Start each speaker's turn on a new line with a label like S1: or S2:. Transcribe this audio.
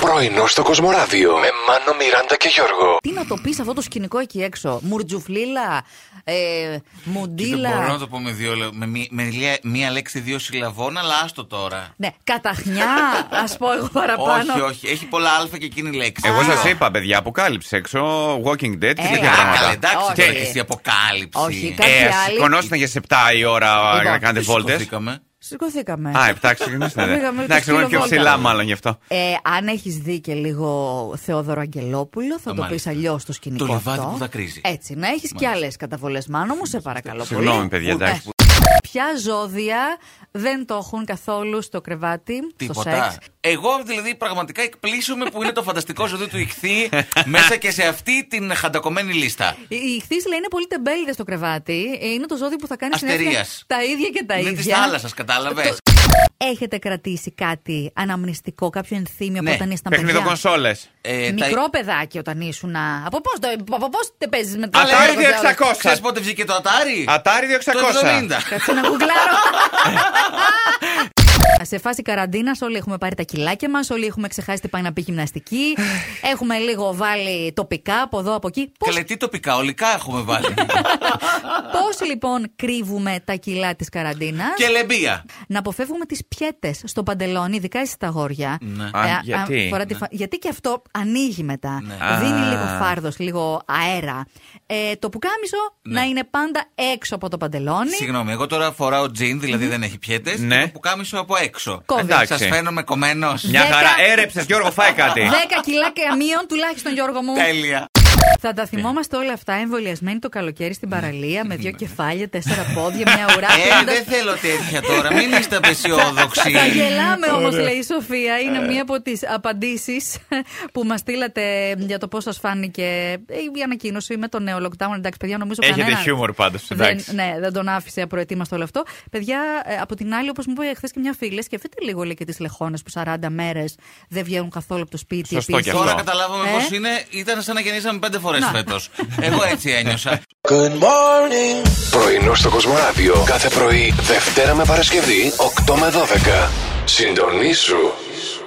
S1: Πρωινό στο Κοσμοράδιο με Μάνο, Μιράντα και Γιώργο.
S2: Τι να το πεις αυτό το σκηνικό εκεί έξω. Μουρτζουφλίλα, ε, μουντίλα.
S3: Δεν μπορώ να το πω με, δύο, λε- με, μη- με λια- μία λέξη δύο συλλαβών, αλλά άστο τώρα.
S2: Ναι, καταχνιά, ας πω εγώ παραπάνω.
S3: όχι, όχι. Έχει πολλά αλφα και εκείνη η λέξη.
S4: Εγώ
S3: Δύο.
S4: σα είπα, παιδιά, αποκάλυψε έξω Walking Dead και
S2: Έλα,
S4: τέτοια
S3: Κάκαλε,
S4: πράγματα.
S3: εντάξει
S2: Όχι.
S3: τώρα και εσύ αποκάλυψη.
S2: Όχι, κα-
S3: Ε,
S2: Κάποιοι
S4: Ε,
S2: άλλοι-
S4: σηκωνόσασταν για σε 7 η ώρα
S2: Λοιπόν,
S4: για να κάνετε βόλτες.
S3: σηκωθήκαμε.
S2: Σηκωθήκαμε.
S4: Α, 7 ξεκινήσατε.
S2: Πήγαμε το
S4: Εντάξει, εγώ είμαι πιο
S2: σκύλο
S4: ψηλά,
S2: βόλτα.
S4: μάλλον γι' αυτό.
S2: Ε, αν έχεις δει και λίγο Θεόδωρο Αγγελόπουλο, θα
S3: Α,
S2: το πει
S3: μάλιστα.
S2: αλλιώς το σκηνικό.
S3: Το λιβάδι
S2: αυτό.
S3: που δακρύζει.
S2: Έτσι, να έχεις και άλλες καταβολές, μάνο μου, σε παρακαλώ. πολύ.
S4: Συγγνώμη, παιδιά,
S2: Ε,
S4: εντάξει.
S2: Ποια ζώδια δεν το έχουν καθόλου στο κρεβάτι, στο
S3: Τίποτα.
S2: σεξ.
S3: Εγώ δηλαδή πραγματικά εκπλήσωμαι που είναι το φανταστικό ζωτή του Ιχθύ μέσα και σε αυτή την χαντακωμένη λίστα.
S2: Η η χθής λέει είναι πολύ τεμπέλιδε στο κρεβάτι. Ε, Είναι το ζώδιο που θα κάνει
S3: Αστερίας.
S2: συνέχεια τα ίδια και τα
S3: Είναι τη
S2: ίδια.
S3: θάλασσας, κατάλαβες.
S2: Ε, Έχετε κρατήσει κάτι αναμνηστικό, κάποιο ενθύμιο από
S3: Ναι.
S2: όταν ήσταν
S4: Παιχνίδο
S2: παιδιά.
S4: κονσόλες.
S3: Ε,
S2: Μικρό παιδάκι όταν ήσουν. Από πώς το, από πώς το παίζεις με το
S4: Αλλά
S2: Atari
S4: ήδη 600.
S3: Ξέρεις πότε βγήκε το Ατάρι.
S4: Ατάρι 2600.
S3: 70.
S2: Κάτσε να γουγκλάρω. Σε φάση καραντίνας, όλοι έχουμε πάρει τα κιλάκια μας, όλοι έχουμε ξεχάσει τι πάει να πει γυμναστική. έχουμε λίγο βάλει τοπικά από εδώ, από εκεί. Πώς
S3: Καλέ, τι τοπικά, ολικά έχουμε βάλει.
S2: πώς, λοιπόν κρύβουμε τα κιλά της καραντίνας,
S3: και λεμπία.
S2: να αποφεύγουμε τις πιέτες στο παντελόνι, ειδικά εσείς τα αγόρια. Ε,
S3: Ναι.
S4: Α, γιατί?
S2: φοράτε φα- γιατί και αυτό ανοίγει μετά.
S3: Ναι.
S2: Δίνει
S4: Α.
S2: λίγο φάρδος, λίγο αέρα. Ε, το πουκάμισο να είναι πάντα έξω από το παντελόνι.
S3: Ναι. Συγγνώμη, εγώ τώρα φοράω τζιν, δηλαδή δεν έχει πιέτες.
S4: Ναι.
S3: Που κάμισο από έξω.
S2: Κόβει.
S4: Εντάξει.
S3: Σας φαίνομαι κομμένος.
S4: Μια
S2: Δέκα.
S4: χαρά. Έρεψες, Γιώργο, φάει κάτι.
S2: 10 κιλά καμίων τουλάχιστον, Γιώργο μου.
S3: Τέλεια.
S2: Θα τα θυμόμαστε όλα αυτά εμβολιασμένοι το καλοκαίρι στην παραλία με δύο
S3: Ναι.
S2: κεφάλια, τέσσερα πόδια, μια ουρά.
S3: Ε,
S2: πίνοντας-
S3: δεν θέλω τέτοια τώρα. Μην είστε απεσιόδοξοι.
S2: Θα γελάμε όμως, λέει η Σοφία.
S4: Ε.
S2: Είναι μία από τις απαντήσεις που μας στείλατε για το πώς σας φάνηκε η ανακοίνωση με το νέο lockdown. Εντάξει, παιδιά, νομίζω
S4: Έχετε
S2: κανέναν
S4: χιούμορ πάντως,
S2: Δεν,
S4: εντάξει.
S2: ναι, δεν τον άφησε απροετοίμαστο όλο αυτό. Παιδιά, ε, από την άλλη, όπως μου είπε χθες και μια φίλη, σκεφτείτε λίγο λέει, και τις λεχόνες που 40 μέρες δεν βγαίνουν καθόλου από το σπίτι.
S4: Σωστό
S2: επίσης.
S4: κι
S3: Τώρα
S4: αυτό.
S3: καταλάβαμε
S2: Ε.
S3: πώς είναι. Ήταν σαν να γεννήσαμε πέντε φορές
S2: Να.
S3: φέτος. Εγώ έτσι ένιωσα.
S1: Πρωινό στο Κοσμοράδιο κάθε πρωί, Δευτέρα με Παρασκευή, 8 με 12. Συντονίσου.